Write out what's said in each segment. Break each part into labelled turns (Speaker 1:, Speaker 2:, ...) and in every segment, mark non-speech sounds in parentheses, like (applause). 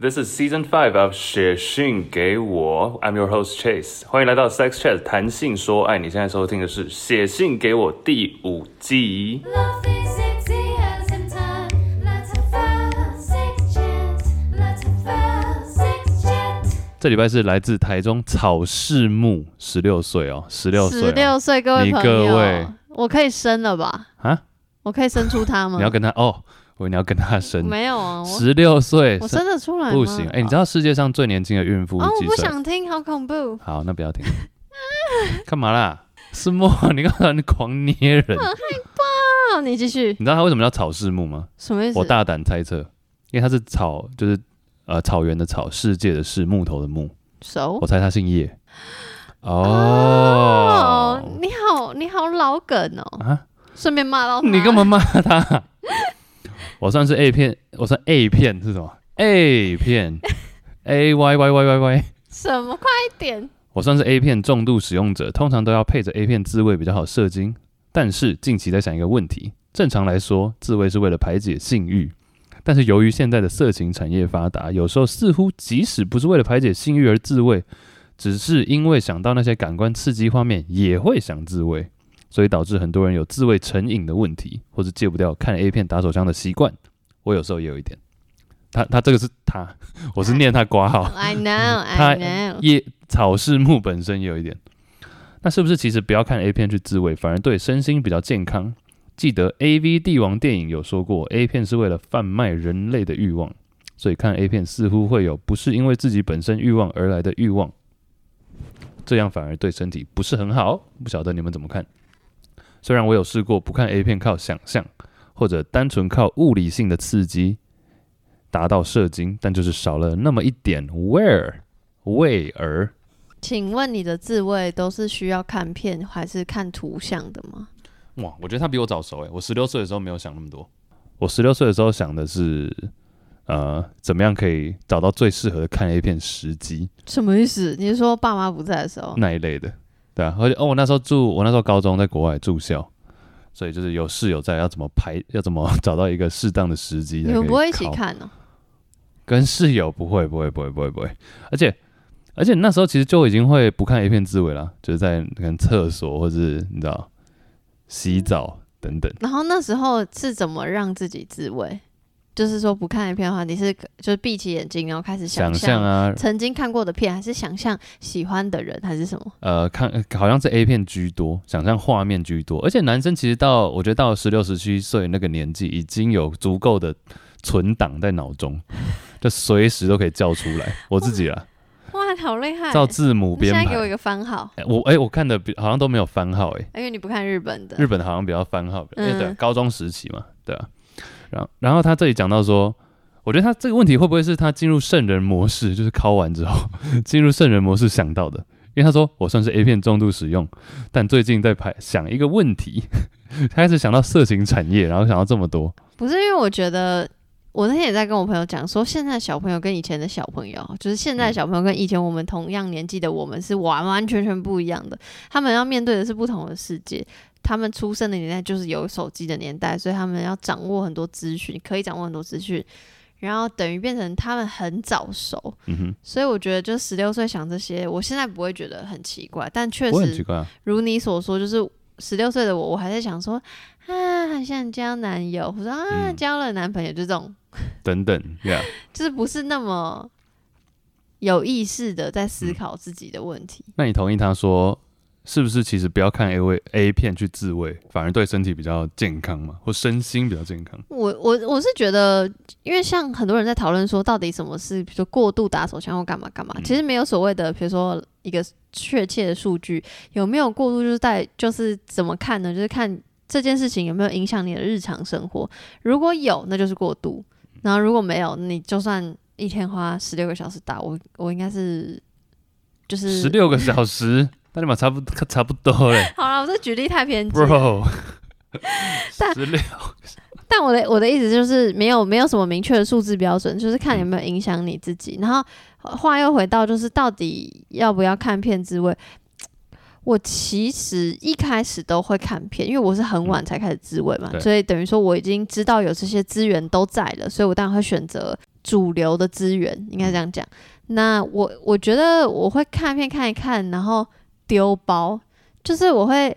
Speaker 1: This is Season Five of 写信给我，I'm your host Chase，欢迎来到 Sex Chat 谈性说爱。你现在收听的是《写信给我》第五季。
Speaker 2: Love is sexy as in time. Let's have fun, sex chat. Let's have fun, sex chat.
Speaker 3: 这礼拜是来自台中草市木，十六岁哦，十六岁、哦，
Speaker 4: 十六岁，各位
Speaker 3: 你
Speaker 4: 朋
Speaker 3: 各
Speaker 4: 友，
Speaker 3: 位
Speaker 4: 我可以生
Speaker 3: (laughs)
Speaker 4: 了吧？
Speaker 3: 啊，
Speaker 4: 我可以生出他吗？
Speaker 3: 你要跟他哦，我以为你要跟他生，
Speaker 4: 没有啊？我
Speaker 3: 十六岁
Speaker 4: 我
Speaker 3: 生
Speaker 4: 生得出来吗
Speaker 3: 不行，哎、你知道世界上最年轻的孕妇
Speaker 4: 啊？我
Speaker 3: 是
Speaker 4: 不
Speaker 3: 几岁？
Speaker 4: 想听，好恐怖！
Speaker 3: 好，那不要听， (laughs) 干嘛啦？是木，你干嘛你狂捏
Speaker 4: (laughs)
Speaker 3: 人？
Speaker 4: 啊，你继续，
Speaker 3: 你知道他为什么叫草市木吗？
Speaker 4: 什么意思？
Speaker 3: 我大胆猜测，因为他是草，就是呃草原的草，世界的世，木头的木，
Speaker 4: 熟
Speaker 3: 我猜他姓叶。
Speaker 4: 哦
Speaker 3: 哦，，
Speaker 4: 你好，你好老梗哦，
Speaker 3: 啊，
Speaker 4: 顺便骂到他
Speaker 3: 你干嘛？骂他？我算是 A 片，我算 A 片是什么？A 片，A Y Y Y Y Y，
Speaker 4: 什么？快点！
Speaker 3: 我算是 A 片重度使用者，通常都要配着 A 片自慰比较好射精。但是近期在想一个问题：正常来说，自慰是为了排解性欲，但是由于现在的色情产业发达，有时候似乎即使不是为了排解性欲而自慰，只是因为想到那些感官刺激画面也会想自慰，所以导致很多人有自慰成瘾的问题，或是戒不掉看 A 片打手枪的习惯。我有时候也有一点。他他这个是他， (laughs) 我是念他挂号。(laughs)
Speaker 4: I know,
Speaker 3: 他
Speaker 4: I know。
Speaker 3: 叶草是木本身也有一点。那是不是其实不要看 A 片去自慰，反而对身心比较健康？记得 A V 帝王电影有说过，A 片是为了贩卖人类的欲望，所以看 A 片似乎会有不是因为自己本身欲望而来的欲望，这样反而对身体不是很好。不晓得你们怎么看？虽然我有试过不看 A 片靠想象，或者单纯靠物理性的刺激达到射精，但就是少了那么一点 where。喂儿，
Speaker 4: 请问你的自慰都是需要看片还是看图像的吗？
Speaker 3: 哇，我觉得他比我早熟诶，欸我十六岁的时候没有想那么多，我十六岁的时候想的是，呃，怎么样可以找到最适合的看 A 片时机
Speaker 4: 什么意思？你是说爸妈不在的时候？
Speaker 3: 那一类的，对啊，而且哦，我那时候住，我那时候高中在国外住校，所以就是有室友在，要怎么排， (laughs) 要怎么找到一个适当的时机，
Speaker 4: 你们不会一起？看哦？
Speaker 3: 跟室友不会，不会，不会，不会，不会，而且。而且那时候其实就已经会不看 A 片自慰了，就是在可能厕所或是你知道洗澡等等。
Speaker 4: 然后那时候是怎么让自己自慰？就是说不看一片的话，你是就是闭起眼睛，然后开始
Speaker 3: 想象
Speaker 4: 象
Speaker 3: 啊，
Speaker 4: 曾经看过的片，还是想象喜欢的人，还是什么？
Speaker 3: 呃，看呃好像是 A 片居多，想象画面居多，而且男生其实到我觉得到十六十七岁那个年纪，已经有足够的存档在脑中，就随时都可以叫出来。我自
Speaker 4: (laughs)
Speaker 3: 己啦，
Speaker 4: 哇，好厉害！
Speaker 3: 照字母
Speaker 4: 哎你
Speaker 3: 编
Speaker 4: 现在
Speaker 3: 排
Speaker 4: 给我。一个番号，
Speaker 3: 哎我哎、我看的比好像都没有番号哎、
Speaker 4: 因为你不看日本的。
Speaker 3: 日本好像比较番号，因为对啊
Speaker 4: 嗯
Speaker 3: 高中时期嘛，对啊。然后然后他这里讲到说，我觉得他这个问题会不会是他进入圣人模式，就是考完之后 (laughs) 进入圣人模式想到的？因为他说我算是 A 片重度使用，但最近在排想一个问题， (laughs) 开始想到色情产业，然后想到这么多，
Speaker 4: 不是因为我觉得，我那天也在跟我朋友讲说，现在小朋友跟以前的小朋友，就是现
Speaker 3: 嗯
Speaker 4: 在的小朋友跟以前我们同样年纪的我们是完完全全不一样的，他们要面对的是不同的世界。他们出生的年代就是有手机的年代，所以他们要掌握很多资讯，可以掌握很多资讯，然后等于变成他们很早熟。
Speaker 3: 嗯哼，
Speaker 4: 所以我觉得，就十六岁想这些，我现在不会觉得很奇怪，但确
Speaker 3: 我很奇
Speaker 4: 实
Speaker 3: 怪啊，
Speaker 4: 如你所说，就是十六岁的我，我还在想说啊，很想交男友，我说啊，
Speaker 3: 嗯
Speaker 4: 交了男朋友，就这种，
Speaker 3: 等等，yeah，
Speaker 4: 就是不是那么有意识的在思考自己的问题。
Speaker 3: 那你同意他说？是不是其实不要看 A 位 A 片去自慰，反而对身体比较健康嘛，或身心比较健康？
Speaker 4: 我我我是觉得，因为像很多人在讨论说，到底什么是比如说过度打手枪或干嘛干嘛，
Speaker 3: 嗯
Speaker 4: 其实没有所谓的，比如说一个确切的数据有没有过度，就是在就是怎么看呢？就是看这件事情有没有影响你的日常生活，如果有，那就是过度；
Speaker 3: 嗯
Speaker 4: 然后如果没有，你就算一天花十六个小时打，我我应该是就是
Speaker 3: 十六个小
Speaker 4: (laughs)
Speaker 3: 时，那你们差不差不多嘞
Speaker 4: 好了，我这举例太偏激了。
Speaker 3: ，bro。
Speaker 4: 但
Speaker 3: 十六，
Speaker 4: 但我的我的意思就是没有没有什么明确的数字标准，就是看有没有影响你自己。然后呃话又回到就是到底要不要看片之位，我其实一开始都会看片，因为我是很晚才开始自慰嘛，
Speaker 3: 对
Speaker 4: 所以等于说我已经知道有这些资源都在了，所以我当然会选择主流的资源，应该这样讲。那我我觉得我会看片看一看，然后丢包，就是我会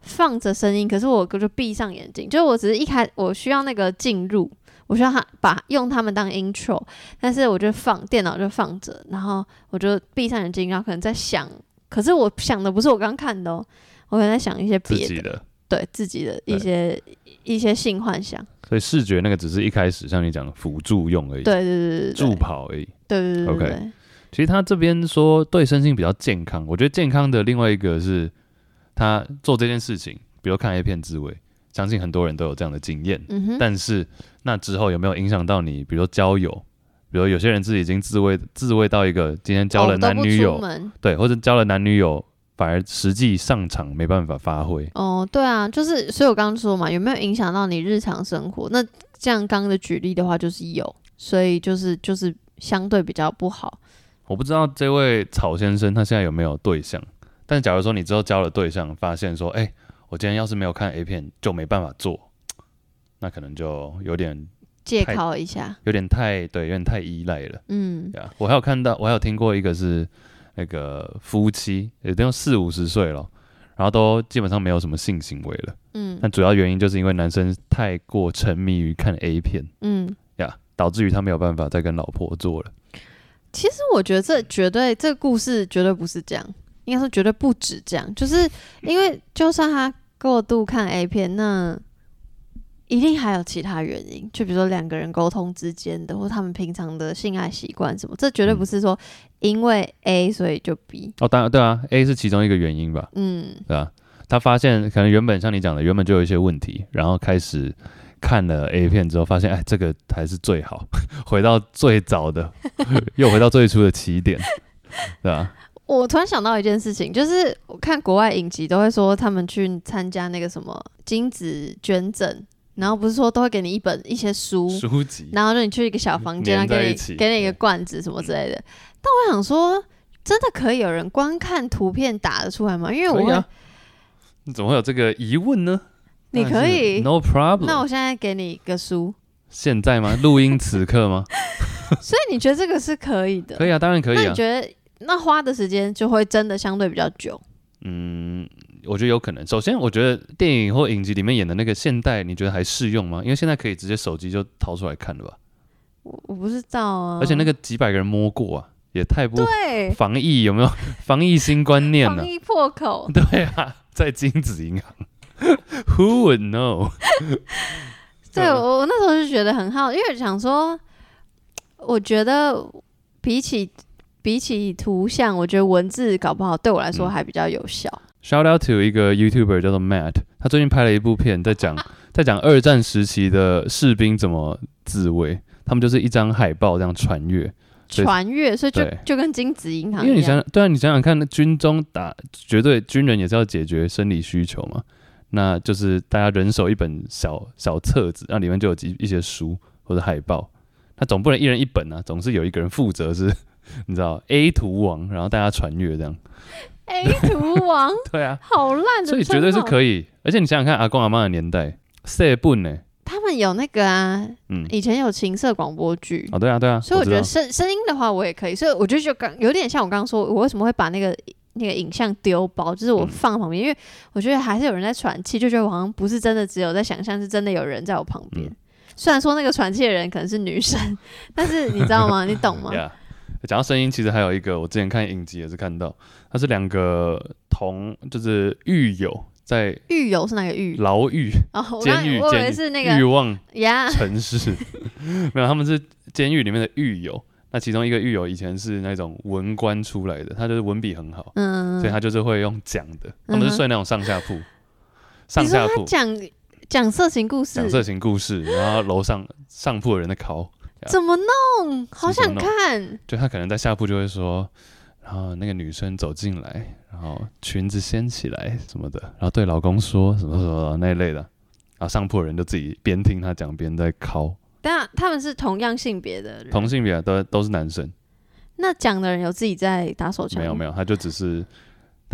Speaker 4: 放着声音，可是我就闭上眼睛，就是我只是一开我需要那个进入，我需要它把用它们当 intro，但是我就放电脑就放着，然后我就闭上眼睛，然后可能在想，可是我想的不是我刚看的哦，我可能在想一些
Speaker 3: 自
Speaker 4: 别
Speaker 3: 己
Speaker 4: 的，
Speaker 3: 的。
Speaker 4: 对自己的
Speaker 3: 对
Speaker 4: 一些一些性幻想，
Speaker 3: 所以视觉那个只是一开始像你讲的辅助用而已，
Speaker 4: 对对对对
Speaker 3: 助
Speaker 4: 对
Speaker 3: 跑而已。
Speaker 4: 对对对
Speaker 3: OK
Speaker 4: 对对，
Speaker 3: 其实他这边说对身心比较健康，我觉得健康的另外一个是他做这件事情，比如看 A 片自慰，相信很多人都有这样的经验。
Speaker 4: 嗯哼，
Speaker 3: 但是那之后有没有影响到你，比如说交友，比如有些人自己已经自慰自慰到一个今天交了
Speaker 4: 哦都
Speaker 3: 男
Speaker 4: 不
Speaker 3: 女
Speaker 4: 出
Speaker 3: 友，
Speaker 4: 门
Speaker 3: 对，或者交了男女友，反而实际上场没办法发挥。
Speaker 4: 哦，对啊，就是，所以我刚刚说嘛，有没有影响到你日常生活？那这样刚刚的举例的话，就是有，所以就是就是相对比较不好。
Speaker 3: 我不知道这位草先生他现在有没有对象，但假如说你之后交了对象，发现说，哎、我今天要是没有看 A 片，就没办法做，那可能就有点
Speaker 4: 借
Speaker 3: 太
Speaker 4: 考一下，
Speaker 3: 有点太对，有点太依赖了。
Speaker 4: 嗯，
Speaker 3: 对啊，我还有看到，我还有听过一个是那个夫妻，也都四五十岁了，然后都基本上没有什么性行为了。
Speaker 4: 嗯
Speaker 3: 但主要原因就是因为男生太过沉迷于看 A 片
Speaker 4: 嗯，
Speaker 3: 呀，导致于他没有办法再跟老婆做了。
Speaker 4: 其实我觉得这绝对这个故事绝对不是这样，应该说绝对不止这样，就是因为就算他过度看 A 片，那一定还有其他原因，就比如说两个人沟通之间的，或他们平常的性爱习惯什么，这绝对不是说因为 A 所以就 B。
Speaker 3: 哦，当然对啊，A 是其中一个原因吧，
Speaker 4: 嗯，
Speaker 3: 对吧、他发现可能原本像你讲的，原本就有一些问题，然后开始看了 A 片之后，发现哎，这个还是最好， (laughs) 回到最早的， (laughs) 又回到最初的起点，对啊吧、
Speaker 4: 我突然想到一件事情，就是我看国外影集都会说他们去参加那个什么精子捐赠，然后不是说都会给你一本一些书，
Speaker 3: 书籍
Speaker 4: 然后让你去一个小房间，然
Speaker 3: 粘
Speaker 4: 后
Speaker 3: 在
Speaker 4: 给
Speaker 3: 一起
Speaker 4: 你给你一个罐子什么之类的。但我想说，真的可以有人光看图片打得出来吗？因为我
Speaker 3: 可
Speaker 4: 会，
Speaker 3: 以啊，你怎么会有这个疑问呢？
Speaker 4: 你可
Speaker 3: 当然是
Speaker 4: 以
Speaker 3: ，No problem。
Speaker 4: 那我现在给你一个书，
Speaker 3: 现在吗？录音此刻
Speaker 4: (laughs)
Speaker 3: 吗？
Speaker 4: 所以你觉得这个是可以的？
Speaker 3: 可
Speaker 4: 以、
Speaker 3: 以啊，当然可以
Speaker 4: 那
Speaker 3: 啊
Speaker 4: 你。觉得那花的时间就会真的相对比较久？
Speaker 3: 嗯，我觉得有可能。首先，我觉得电影或影集里面演的那个现代，你觉得还适用吗？因为现在可以直接手机就掏出来看了吧，
Speaker 4: 我我不知道啊，
Speaker 3: 而且那个几百个人摸过啊，也太不
Speaker 4: 对
Speaker 3: 防疫有没有 (laughs) 防疫新观念呢、
Speaker 4: 防疫破口。
Speaker 3: 对啊，在金子银行 (laughs) ，Who would know？
Speaker 4: 对
Speaker 3: 嗯
Speaker 4: 我，我那时候就觉得很好，因为想说，我觉得比起比起图像，我觉得文字搞不好对我来说
Speaker 3: 嗯
Speaker 4: 还比较有效。
Speaker 3: Shout out to 一个 YouTuber 叫做 Matt，他最近拍了一部片，在
Speaker 4: (laughs)
Speaker 3: 讲在讲二战时期的士兵怎么自卫，他们就是一张海报这样穿越。对
Speaker 4: 传阅，所以就
Speaker 3: 对
Speaker 4: 就跟金子银行
Speaker 3: 因为
Speaker 4: 一
Speaker 3: 你想
Speaker 4: 样，
Speaker 3: 想，对啊，你想想看，那军中打绝对军人也是要解决生理需求嘛，那就是大家人手一本小小册子，那里面就有几一些书或者海报，那总不能一人一本啊，总是有一个人负责是， (laughs) 你知道 A 图王，然后大家传阅这样。
Speaker 4: A 哎图王
Speaker 3: 对啊，
Speaker 4: 好烂的称号，
Speaker 3: 所以绝对是
Speaker 4: 以。
Speaker 3: 可以。而且你想想看，阿公阿妈的年代，射本呢？
Speaker 4: 他们有那个啊，
Speaker 3: 嗯，
Speaker 4: 以前有情色广播剧。
Speaker 3: 哦，对啊，对啊，
Speaker 4: 所以我
Speaker 3: 知
Speaker 4: 觉
Speaker 3: 道
Speaker 4: 得声声音的话，我也可以。所以我觉得就刚有点像我刚刚说，我为什么会把那个那个影像丢包，就是我
Speaker 3: 嗯
Speaker 4: 放旁边，因为我觉得还是有人在喘气，就觉得我好像不是真的只有在想象，是真的有人在我旁边。
Speaker 3: 嗯
Speaker 4: 虽然说那个喘气的人可能是女生， (laughs) 但是你知道吗？你懂吗？
Speaker 3: (laughs) Yeah，讲到声音，其实还有一个，我之前看影集也是看到，它是两个同就是狱友在
Speaker 4: 狱友是哪个狱？
Speaker 3: 牢狱、
Speaker 4: 哦，我刚
Speaker 3: 监狱、
Speaker 4: 我以
Speaker 3: 监
Speaker 4: 为
Speaker 3: 狱
Speaker 4: 是那
Speaker 3: 欲
Speaker 4: 个
Speaker 3: 望
Speaker 4: 呀，
Speaker 3: 城市， (laughs) 没有，他们是监狱里面的狱友。那其中一个狱友以前是那种文官出来的，他就是文笔很好，
Speaker 4: 嗯，
Speaker 3: 所以他就是会用讲的。他们
Speaker 4: 嗯
Speaker 3: 是
Speaker 4: 哼
Speaker 3: 睡那种上下铺，上
Speaker 4: 你说
Speaker 3: 下
Speaker 4: 他
Speaker 3: 铺
Speaker 4: 讲讲色情故事
Speaker 3: 讲，色情故事，然后楼上上铺的人在考，
Speaker 4: 怎么弄？好想看，
Speaker 3: 就他可能在下铺就会说，然后那个女生走进来，然后裙子掀起来什么的，然后对老公说什么什么那一类的，然后上铺的人就自己边听他讲边在敲，
Speaker 4: 但他们是同样性别的人，
Speaker 3: 同性别都都是男生，
Speaker 4: 那讲的人有自己在打手枪，
Speaker 3: 没有没
Speaker 4: 有，
Speaker 3: 有，他就只是。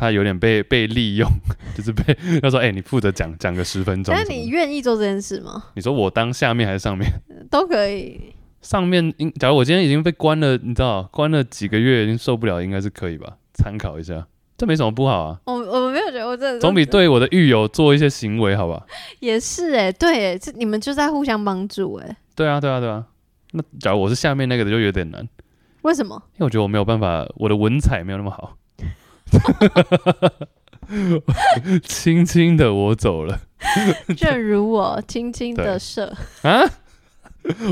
Speaker 3: 他有点被被利用， (laughs) 就是被他说：“哎、你负责讲讲个十分钟。”
Speaker 4: 但你愿意做这件事吗？
Speaker 3: 你说我当下面还是上面？
Speaker 4: 都可以，
Speaker 3: 上面应，假如我今天已经被关了，你知道，关了几个月，已经受不了，应该是可以吧？参考一下，这没什么不好啊，
Speaker 4: 我我没有觉得我真的
Speaker 3: 总比对我的狱友做一些行为好吧？
Speaker 4: 也是哎、对哎，这你们就在互相帮助哎、
Speaker 3: 对啊，对啊，对啊。那假如我是下面那个的，就有点难，因
Speaker 4: 为
Speaker 3: (laughs)
Speaker 4: 什么？
Speaker 3: 为我觉得我没有办法，我的文采没有那么好。 (laughs) 轻轻的我走了
Speaker 4: 正如我轻轻的
Speaker 3: 对
Speaker 4: 射，
Speaker 3: 啊，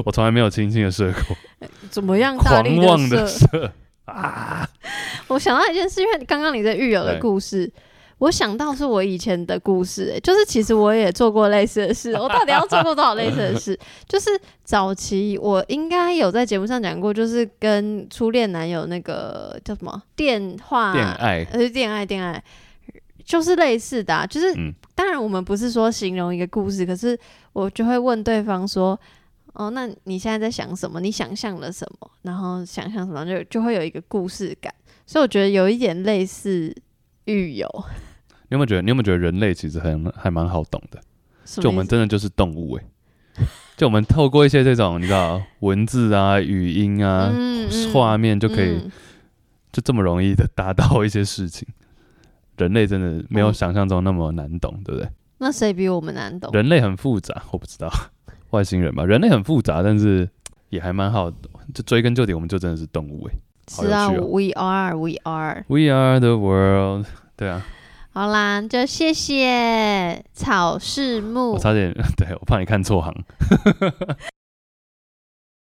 Speaker 3: 我从来没有轻轻的
Speaker 4: (laughs)
Speaker 3: 射过，
Speaker 4: 怎么样大
Speaker 3: 狂
Speaker 4: 力
Speaker 3: 妄的
Speaker 4: 射？
Speaker 3: 射。
Speaker 4: (laughs) 我想到一件事，因为刚刚你在育儿的
Speaker 3: 对
Speaker 4: 故事。我想到是我以前的故事、欸，就是其实我也做过类似
Speaker 3: (laughs)
Speaker 4: 的事。我到底要做过多少类似的事？就是早期我应该有在节目上讲过，就是跟初恋男友那个叫什么电话
Speaker 3: (laughs) 恋爱
Speaker 4: 呃，恋爱，恋爱，就是类似的、啊，就是、
Speaker 3: 嗯
Speaker 4: 当然我们不是说形容一个故事，可是我就会问对方说，哦，那你现在在想什么？你想象了什么？然后想象什么，就就会有一个故事感。所以我觉得有一点类似狱友，
Speaker 3: 你有没有觉得？你有没有觉得人类其实很还蛮好懂的？
Speaker 4: 什么
Speaker 3: 就我们
Speaker 4: 意思
Speaker 3: 真的就是动物哎、就我们透过一些这种你知道文字啊、语音啊、
Speaker 4: 嗯嗯
Speaker 3: 画面就可以、
Speaker 4: 嗯
Speaker 3: 就这么容易的达到一些事情。人类真的没有想象中那么难懂，对不对？
Speaker 4: 那谁比我们难哦懂？
Speaker 3: 人类很复杂，我不知道 (laughs) 外星人吧，人类很复杂，但是也还蛮好。就追根究底，我们就真的是动物哎、好
Speaker 4: 是啊
Speaker 3: 有趣哦
Speaker 4: ，We are, we are。
Speaker 3: We are the world。对啊，
Speaker 4: 好啦，就谢谢草氏
Speaker 3: 哦
Speaker 4: 木
Speaker 3: (laughs)
Speaker 4: 哦
Speaker 3: 我。差点，对我怕你看错行。